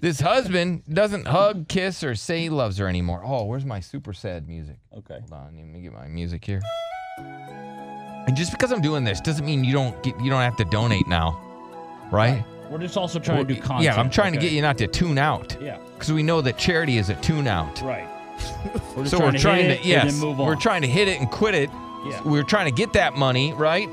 This husband doesn't hug, kiss, or say he loves her anymore. Oh, where's my super sad music? Okay. Hold on, let me get my music here. And just because I'm doing this doesn't mean you don't get you don't have to donate now, right? We're just also trying to do content. yeah, I'm trying to okay. get you not to tune out Yeah. because we know that charity is a tune out. Right. We're just So trying we're to trying hit to, it and yes, then move on. we're trying to hit it and quit it. Yeah. We're trying to get that money, right?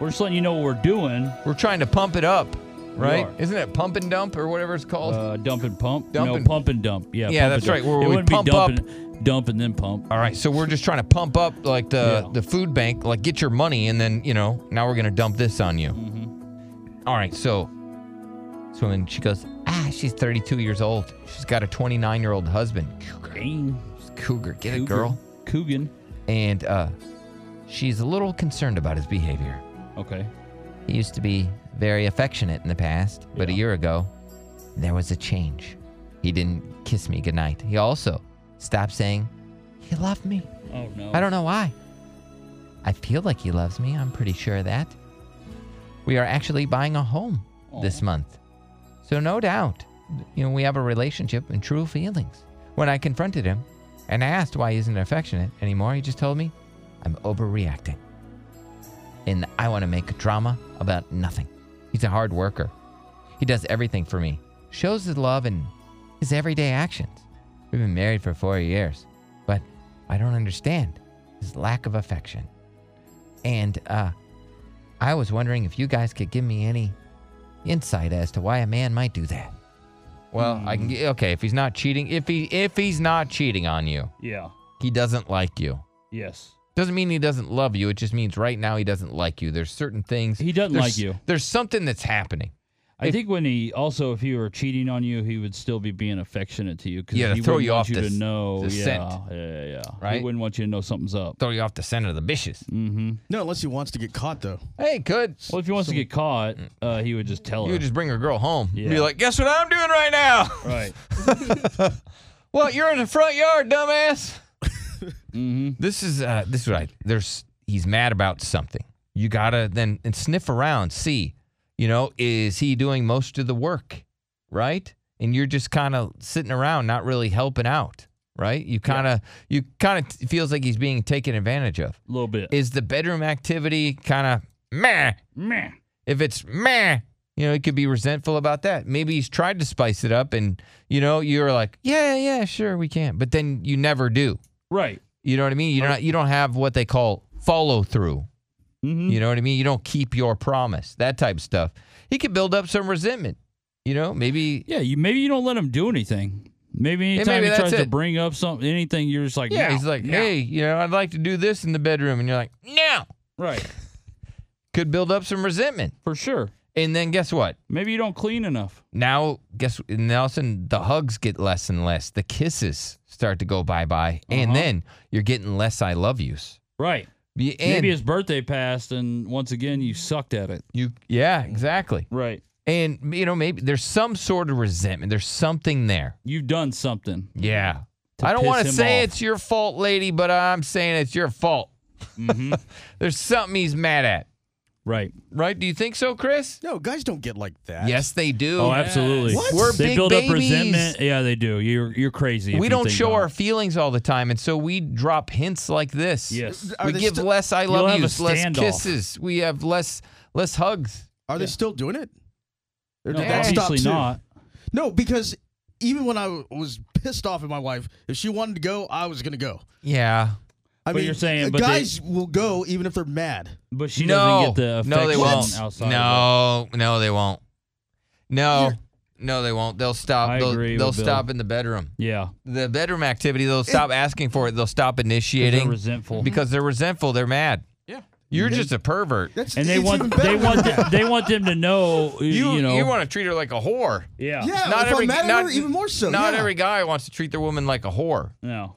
We're just letting you know what we're doing. We're trying to pump it up, right? are. Isn't it pump and dump or whatever it's called? Uh, dump and pump. Dump no, and- pump and dump. Yeah. Yeah, pump and that's right, dump. where we it wouldn't pump be up- dump and, dump and then pump. All right, so we're just trying to pump up like the Yeah. the food bank, like get your money, and then you know now we're gonna dump this on you. Mm-hmm. All right, so so when she goes, ah, she's 32 years old. She's got a 29 year old husband. Cougar, Dang. cougar, get it, Cougar. girl. Coogan. And uh, she's a little concerned about his behavior. Okay. He used to be very affectionate in the past, but a year ago, there was a change. He didn't kiss me goodnight. He also stopped saying, "You love me." Oh no. I don't know why. I feel like he loves me. I'm pretty sure of that. We are actually buying a home this month. So, no doubt, you know, we have a relationship and true feelings. When I confronted him and asked why he isn't affectionate anymore, he just told me I'm overreacting. And I want to make drama about nothing. He's a hard worker. He does everything for me, shows his love in his everyday actions. We've been married for four years, but I don't understand his lack of affection. And uh, I was wondering if you guys could give me any insight as to why a man might do that. Well, I Hmm. can get okay if he's not cheating. If he if he's not cheating on you, Yeah. he doesn't like you. Yes. Doesn't mean he doesn't love you. It just means right now he doesn't like you. There's certain things He doesn't there's- like you. There's something that's happening. I think when he also, if he were cheating on you, he would still be being affectionate to you because Yeah, to he throw wouldn't you want off you the s- to know. the yeah, scent. yeah, yeah, yeah. Right? He wouldn't want you to know something's up. Throw you off the scent of the bishes. Mm-hmm. No, unless he wants to get caught though. Hey, could Well, if he wants to get caught, uh, he would just tell you her. would just bring your girl home? and Be Yeah. like, guess what I'm doing right now? right. What? You're in the front yard, dumbass. This is uh, this is what I there's. He's mad about something. You gotta then and sniff around, see. You know, is he doing most of the work, right? And you're just kind of sitting around, not really helping out, right? You kind of you kind of feels like he's being taken advantage of. A little bit. Is the bedroom activity kind of meh? Meh. If it's meh, you know, he could be resentful about that. Maybe he's tried to spice it up and, you know, you're like, yeah, yeah, sure, we can. But then you never do. Right. You know what I mean? You don't, you don't have what they call follow through. Mm-hmm. You know what I mean? You don't keep your promise, that type of stuff. He could build up some resentment. You know, maybe, Yeah. You maybe you don't let him do anything. Maybe anytime maybe he that's tries to it. bring up something, anything, you're just like, yeah, "No, he's like, no." hey, you know, I'd like to do this in the bedroom. And you're like, no. right, Could build up some resentment. for sure. And then guess what? Maybe you don't clean enough. now guess and all of a sudden the hugs get less and less the kisses start to go bye-bye and then you're getting less i love yous Right. Y- and maybe his birthday passed, and once again you sucked at it. you yeah exactly Right. and you know maybe there's some sort of resentment there's something there You've done something. yeah To i don't piss want to him say off. it's your fault lady but i'm saying it's your fault Mm-hmm. there's something he's mad at Right. right do you think so chris No, guys don't get like that. yes they do Oh, absolutely. What? We're they big build up babies. resentment. Yeah, they do. You're you're crazy. if we you don't think show about our it. feelings all the time, and so we drop hints like this. Yes. Are we they give still- less I You'll love have a yous, less standoff. kisses. We have less less hugs. Are they still doing it? Or No, did that stop obviously too? not. No, because even when I w- was pissed off at my wife, if she wanted to go, I was gonna go. Yeah. I But mean, you're saying- but they- guys will go even if they're mad. But she no. doesn't get the no, they affection won't. outside. of no, it. no, they won't. No, no, they won't. They'll stop. I they'll agree with they'll Bill. stop in the bedroom. Yeah. The bedroom activity. They'll stop asking for it. Mm-hmm. They'll stop initiating resentful. because they're resentful. They're mad. Yeah. You're just a pervert. That's And they it's even want better they than want that. th- they want them to know you, You know want to treat her like a whore. yeah Yeah, not if every I'm mad at not, her, even more so. Not yeah. every guy wants to treat their woman like a whore. no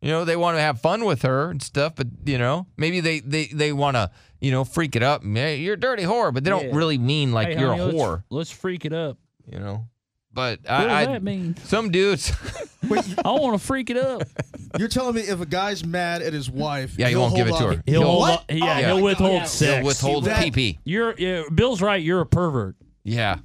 You know, they want to have fun with her and stuff, but you know, maybe they they they want to you know freak it up. Hey, you're a dirty whore, but they don't Yeah. really mean like Hey, you're honey, a let's- whore. Let's, freak it up. You know, but What I, does I that mean? some dudes, Wait, you- I want to freak it up. you're telling me if a guy's mad at his wife, Yeah, he he'll won't give hold it to off- her. He'll Yo, hold, what? yeah, Oh he'll my withhold God. sex. they'll withhold that- pee pee. You're yeah, Bill's right. You're a pervert. Yeah,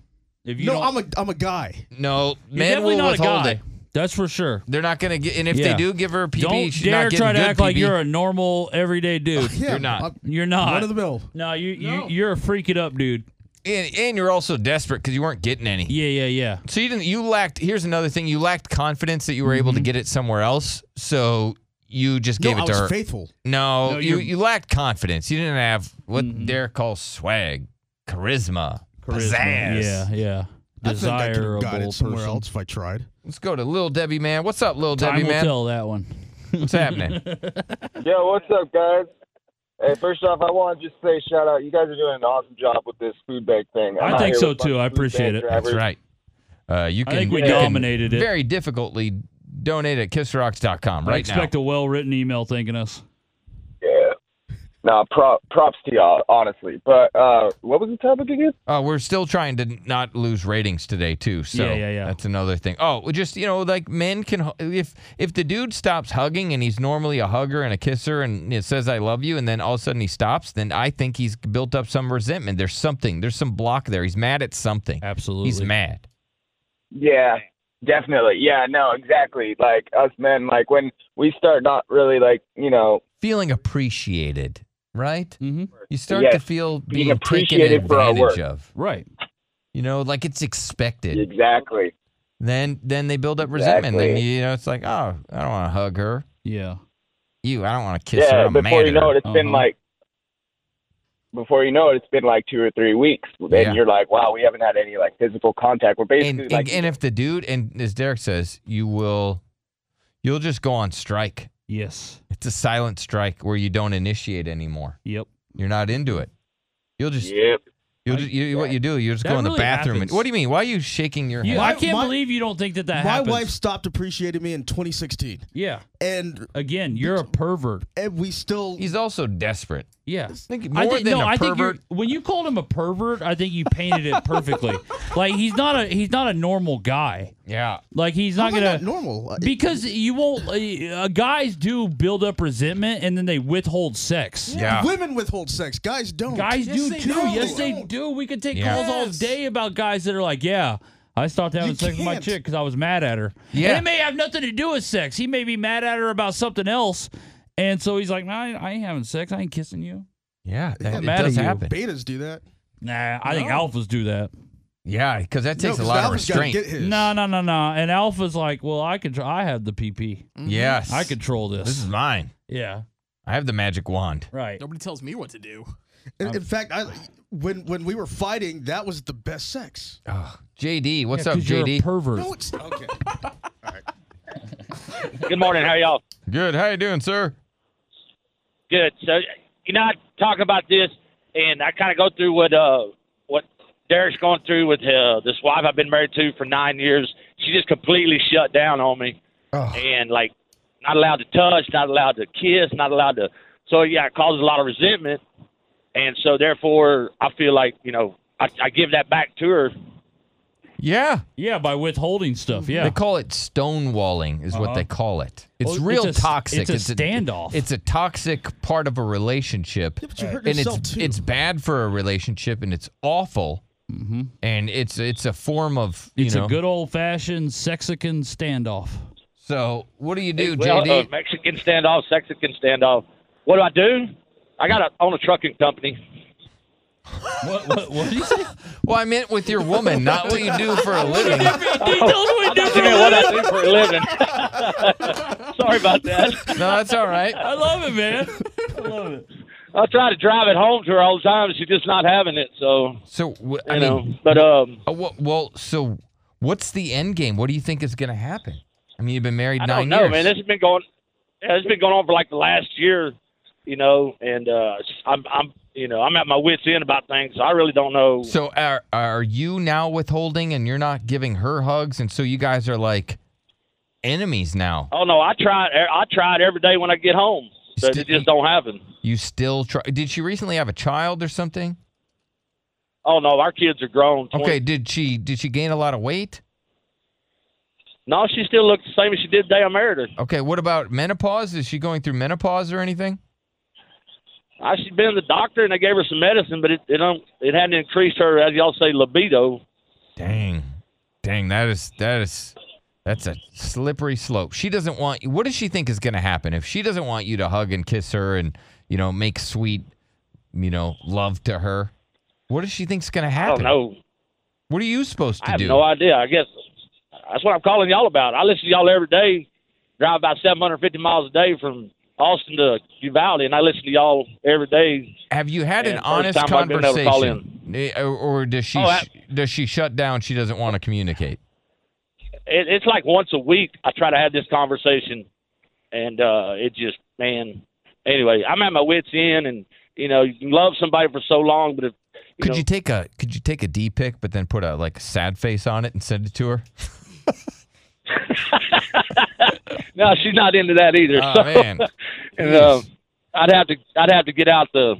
If you No, don't, I'm a I'm a guy. No, you're men definitely will not a withhold guy. it. They're That's for sure. They're not going to get, and if they Yeah. do give her a PB, don't she's dare not try to getting good act like PB. you're a normal everyday dude. Yeah, You're not. I'm You're not. run of the mill. no, you, you No. you're a freak it up dude. and, and you're also desperate because you weren't getting any. Yeah, yeah, yeah. So you didn't. You lacked. Here's another thing. You lacked confidence that you were Mm-hmm. able to get it somewhere else. So you just No, gave I it to was her. faithful. no, No, you you're- you lacked confidence. You didn't have what Mm-hmm. Derek calls swag, charisma, Charisma. pizzazz. Yeah, yeah. I think I could Desirable have got it somewhere person. else if I tried. Let's go to Lil Debbie man. What's up, Lil Time Debbie will man? tell that one. What's happening? Yo, what's up, guys? Hey, first off, I want to just say shout out. You guys are doing an awesome job with this food bank thing. I out think here so, with a bunch too. of I food bank appreciate it. drivers. That's right. Uh, you I can. think we you can dominated it. Very difficultly donate at kissrocks.com right I now. expect a well written email thanking us. Yeah. Nah, prop, props to y'all, honestly. But uh, what was the topic again? Uh, we're still trying to not lose ratings today too. So Yeah, yeah, yeah. that's another thing. Oh, well, just you know, like men can hu- if if the dude stops hugging and he's normally a hugger and a kisser and it says I love you and then all of a sudden he stops, then I think he's built up some resentment. There's something. There's some block there. He's mad at something. Absolutely. He's mad. Yeah, definitely. Yeah, no, exactly. Like us men, like when we start not really like you know Feeling appreciated, right? Mm-hmm. You start Yes, to feel being being, taken appreciated for our advantage work. of. Right. You know, like it's expected. exactly. Then then they build up resentment. Then Exactly. you know, it's like, oh, I don't want to hug her. Yeah. you. I don't want to kiss her. Yeah, I'm mad before you at know her. it, it's been Uh-huh. like before you know it, it's been like two or three weeks. Then Yeah. you're like, wow, we haven't had any like physical contact. We're And, basically and, like and if the dude, and as Derek says, you will, you'll just go on strike. Yes. It's a silent strike where you don't initiate anymore. Yep. You're not into it. You'll just, Yep. you'll just, you, what you do, you just That go in the really bathroom. And, happens. what do you mean? Why are you shaking your You, head? My- I can't my- believe you don't think that that my happens. wife stopped appreciating me in 2016, Yeah. and Again, you're a pervert. and we still He's also desperate. Yeah. I think more I think than no. a I think pervert. you're, when you called him a pervert, I think you painted it perfectly. like he's not a he's not a normal guy. yeah. Like he's How not am I gonna not normal. Uh, I- because you won't. Uh, guys do build up resentment and then they withhold sex. Yeah. Women withhold sex, guys don't. Guys Yes, do they too. don't. Yes, they do. We could take Yeah. calls all Yes. day about guys that are like, yeah. I stopped having You sex with my can't. chick because I was mad at her. Yeah. And it may have nothing to do with sex. He may be mad at her about something else. And so he's like, nah, I I ain't having sex. I ain't kissing you. Yeah. That, it mad at does you. happen. Betas do that. Nah, I think alphas do that. Yeah. Because that takes No, a 'cause lot of Alpha's gotta restraint. Get his. No, no, no, no. And alpha's like, well, I control. I have the PP. Yes. I control this. This is mine. yeah, I have the magic wand. right. Nobody tells me what to do. In, in fact, I, when when we were fighting, that was the best sex. Oh, JD, what's Yeah, up, 'cause you're a JD? pervert. No, it's okay. Good morning. How y'all? Good. How you doing, sir? Good. So you know, I talk about this, and I kind of go through what uh what Derek's going through with uh, this wife I've been married to for nine years. She just completely shut down on me, and like not allowed to touch, not allowed to kiss, not allowed to. So yeah, it causes a lot of resentment, and so therefore I feel like you know I, I give that back to her. Yeah. Yeah, by withholding stuff. They Yeah, call it stonewalling, is what Uh-huh. they call it. It's Well, real it's a- toxic. it's a standoff. it's a toxic part of a relationship, Yeah, but you hurt and yourself it's too. it's bad for a relationship, and it's awful. Mm-hmm. And it's it's a form of you it's know. a good old fashioned Sexican standoff. so what do you do, well, JD? Uh, Mexican standoff, Mexican standoff. What do I do? I got to own a trucking company. What? What? What did you say? well, I meant with your woman, not what you do for a living. I thought Oh. you meant what I do for a living. Sorry about that. No, that's all right. I love it, man. I try to drive it home to her all the time. She's just not having it. So So wh- you I know, mean, but um, uh, wh- well, so what's the end game? What do you think is going to happen? I mean, you've been married I nine don't know, years. man. This has been going. Yeah, it's been going on for like the last year, you know. And uh, I'm, I'm, you know, I'm at my wits end about things. So I really don't know. So are are you now withholding and you're not giving her hugs and so you guys are like enemies now. Oh no, I tried. I tried every day when I get home, but Still- it just don't happen. You still try Did she recently have a child or something? Oh no, our kids are grown. 20. Okay, did she did she gain a lot of weight? No, she still looks the same as she did the day I married her. Okay, what about menopause? Is she going through menopause or anything? I she's been to the doctor and they gave her some medicine, but it it don't it hadn't increased her as y'all say libido. Dang. Dang, that is that is that's a slippery slope. She doesn't want you. What does she think is going to happen if she doesn't want you to hug and kiss her and, you know, make sweet, you know, love to her? What does she think's going to I don't happen? know. What are you supposed to I have do? no idea. I guess that's what I'm calling y'all about. I listen to y'all every day, drive about 750 miles a day from Austin to Uvalde, and I listen to y'all every day. Have you had And an first honest time I've been able to call conversation? Eh, Or, or does she Oh, I- sh- does she shut down? She doesn't want to communicate. It, it's like once a week I try to have this conversation, and uh, it just, man. Anyway, I'm at my wits' end, and, you know, you can love somebody for so long, but if, you Could know, you take a could you take a D pic but then put a like sad face on it and send it to her? no, she's not into that either. Oh so- man. and uh, I'd have to I'd have to get out the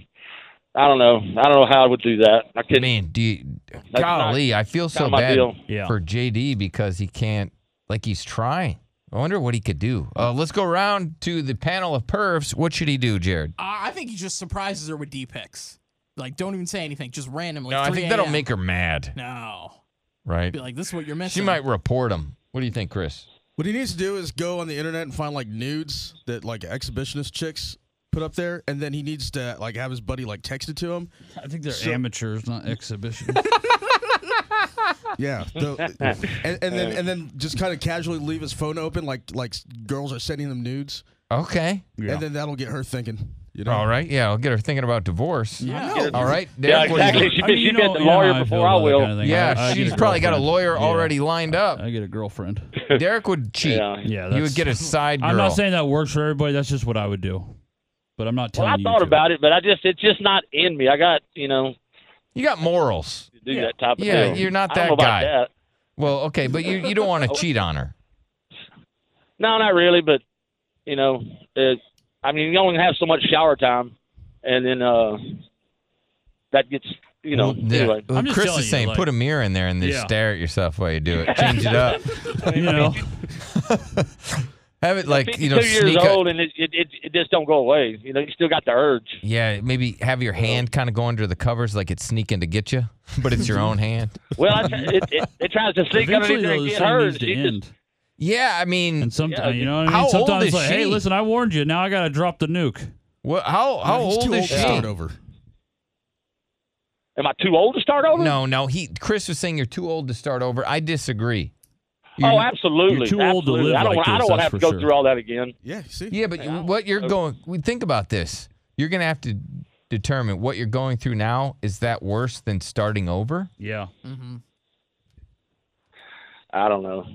I don't know I don't know how I would do that. I couldn't. Man, do you, not golly, I feel so kinda my bad deal. Yeah. for JD because he can't, like, he's trying. I wonder what he could do. Uh, let's go around to the panel of perfs. What should he do, Jared? I I think he just surprises her with D picks. Like, don't even say anything. Just randomly. no, I 3 think that'll a.m.. make her mad, No. right? Be like, this is what you're She missing. might report him. What do you think, Chris? What he needs to do is go on the internet and find like nudes that like exhibitionist chicks put up there, and then he needs to like have his buddy like text it to him. I think they're So- amateurs, not exhibition. Yeah, the- and, and then and then just kind of casually leave his phone open, like like s- girls are sending him nudes, Okay. Yeah. and then that'll get her thinking. You know, All right. Yeah, I'll get her thinking about divorce. Yeah. All right. Yeah, Dave, what do you exactly. think? She, I mean, she you bit know- the you know lawyer how I before feel "Oh, I about that will. kind of thing. Yeah, I- I get she's probably got a girlfriend. lawyer Yeah. already lined up. I get a girlfriend. Derek would cheat. Yeah. Yeah, you that's- would get a side girl. I'm not saying that works for everybody. That's just what I would do. But I'm not well, telling I you. thought to. about it, but I just it's just not in me. I got you know you got morals. to do that type of Yeah, deal. you're not I don't that know about guy. That. Well, okay, but you, you don't want to cheat on her. No, not really, but you know, uh, I mean, you only have so much shower time, and then uh, that gets you know. Well, Mm, yeah. Anyway, Well, I'm just Chris telling is you, saying, like- put a mirror in there and then Yeah. stare at yourself while you do it. Change it up. You know, Have it like you know, 52 years sneak. a- old, and it, it it it just don't go away. You know, you still got the urge. yeah, maybe have your hand kind of go under the covers like it's sneaking to get you, but it's your own hand. Well, I, it, it, it tries to sneak eventually underneath there though, and this thing needs get hers. to It just- end. Yeah, I mean, And sometimes, Yeah, you know what I how mean? old Sometimes, is like, hey, she? listen, I warned you. Now I got to drop the nuke. wha- how Oh, how He's old too is old she? to start over. Am I too old to start over? No, no, he Chris was saying you're too old to start over. I disagree. You're- Oh, absolutely. you're too old to absolutely. live I don't like wanna- I this, don't wanna that's have to for go sure. through all that again. Yeah, see, Yeah, but you, what you're going, we think about this. You're gonna have to determine what you're going through now. Is that worse than starting over? Yeah. Mm-hmm. I don't know.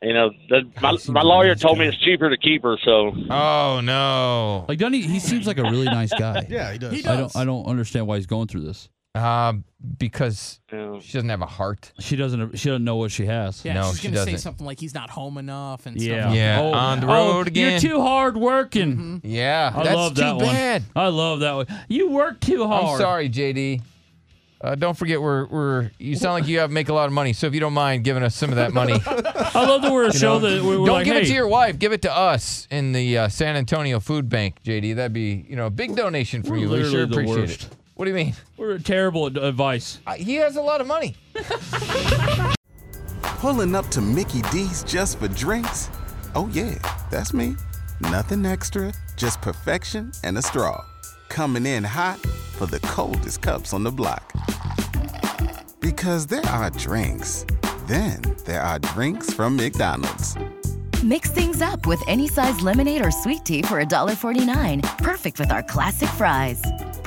You know, the, my, seems my like a lawyer nice told guy. me it's cheaper to keep her, so Oh no. Like, doesn't he? He seems like a really nice guy. yeah, he does. He does. I don't. I don't understand why he's going through this. Uh, because you know. she doesn't have a heart. She doesn't. She doesn't know what she has. Yeah, No, she's she gonna say doesn't. something like he's not home enough and stuff. Yeah. like Yeah, Mm-hmm. Oh, on the oh, road again. You're too hard working. Yeah, I that's love too that one. bad. I love that one. You work too hard. I'm sorry, JD. Uh, don't forget, we're we're. You sound like you have make a lot of money. So if you don't mind giving us some of that money, I love that we're a show that we- we're don't like, give hey, it to your wife. Give it to us in the uh, San Antonio Food Bank, JD. That'd be you know a big donation for We're you. We sure literally the appreciate worst. it. What do you mean? We're terrible at advice. Uh, he has a lot of money. Pulling up to Mickey D's just for drinks? Oh, yeah, that's me. Nothing extra, just perfection and a straw. Coming in hot for the coldest cups on the block. Because there are drinks, then there are drinks from McDonald's. Mix things up with any size lemonade or sweet tea for $1.49. Perfect with our classic fries.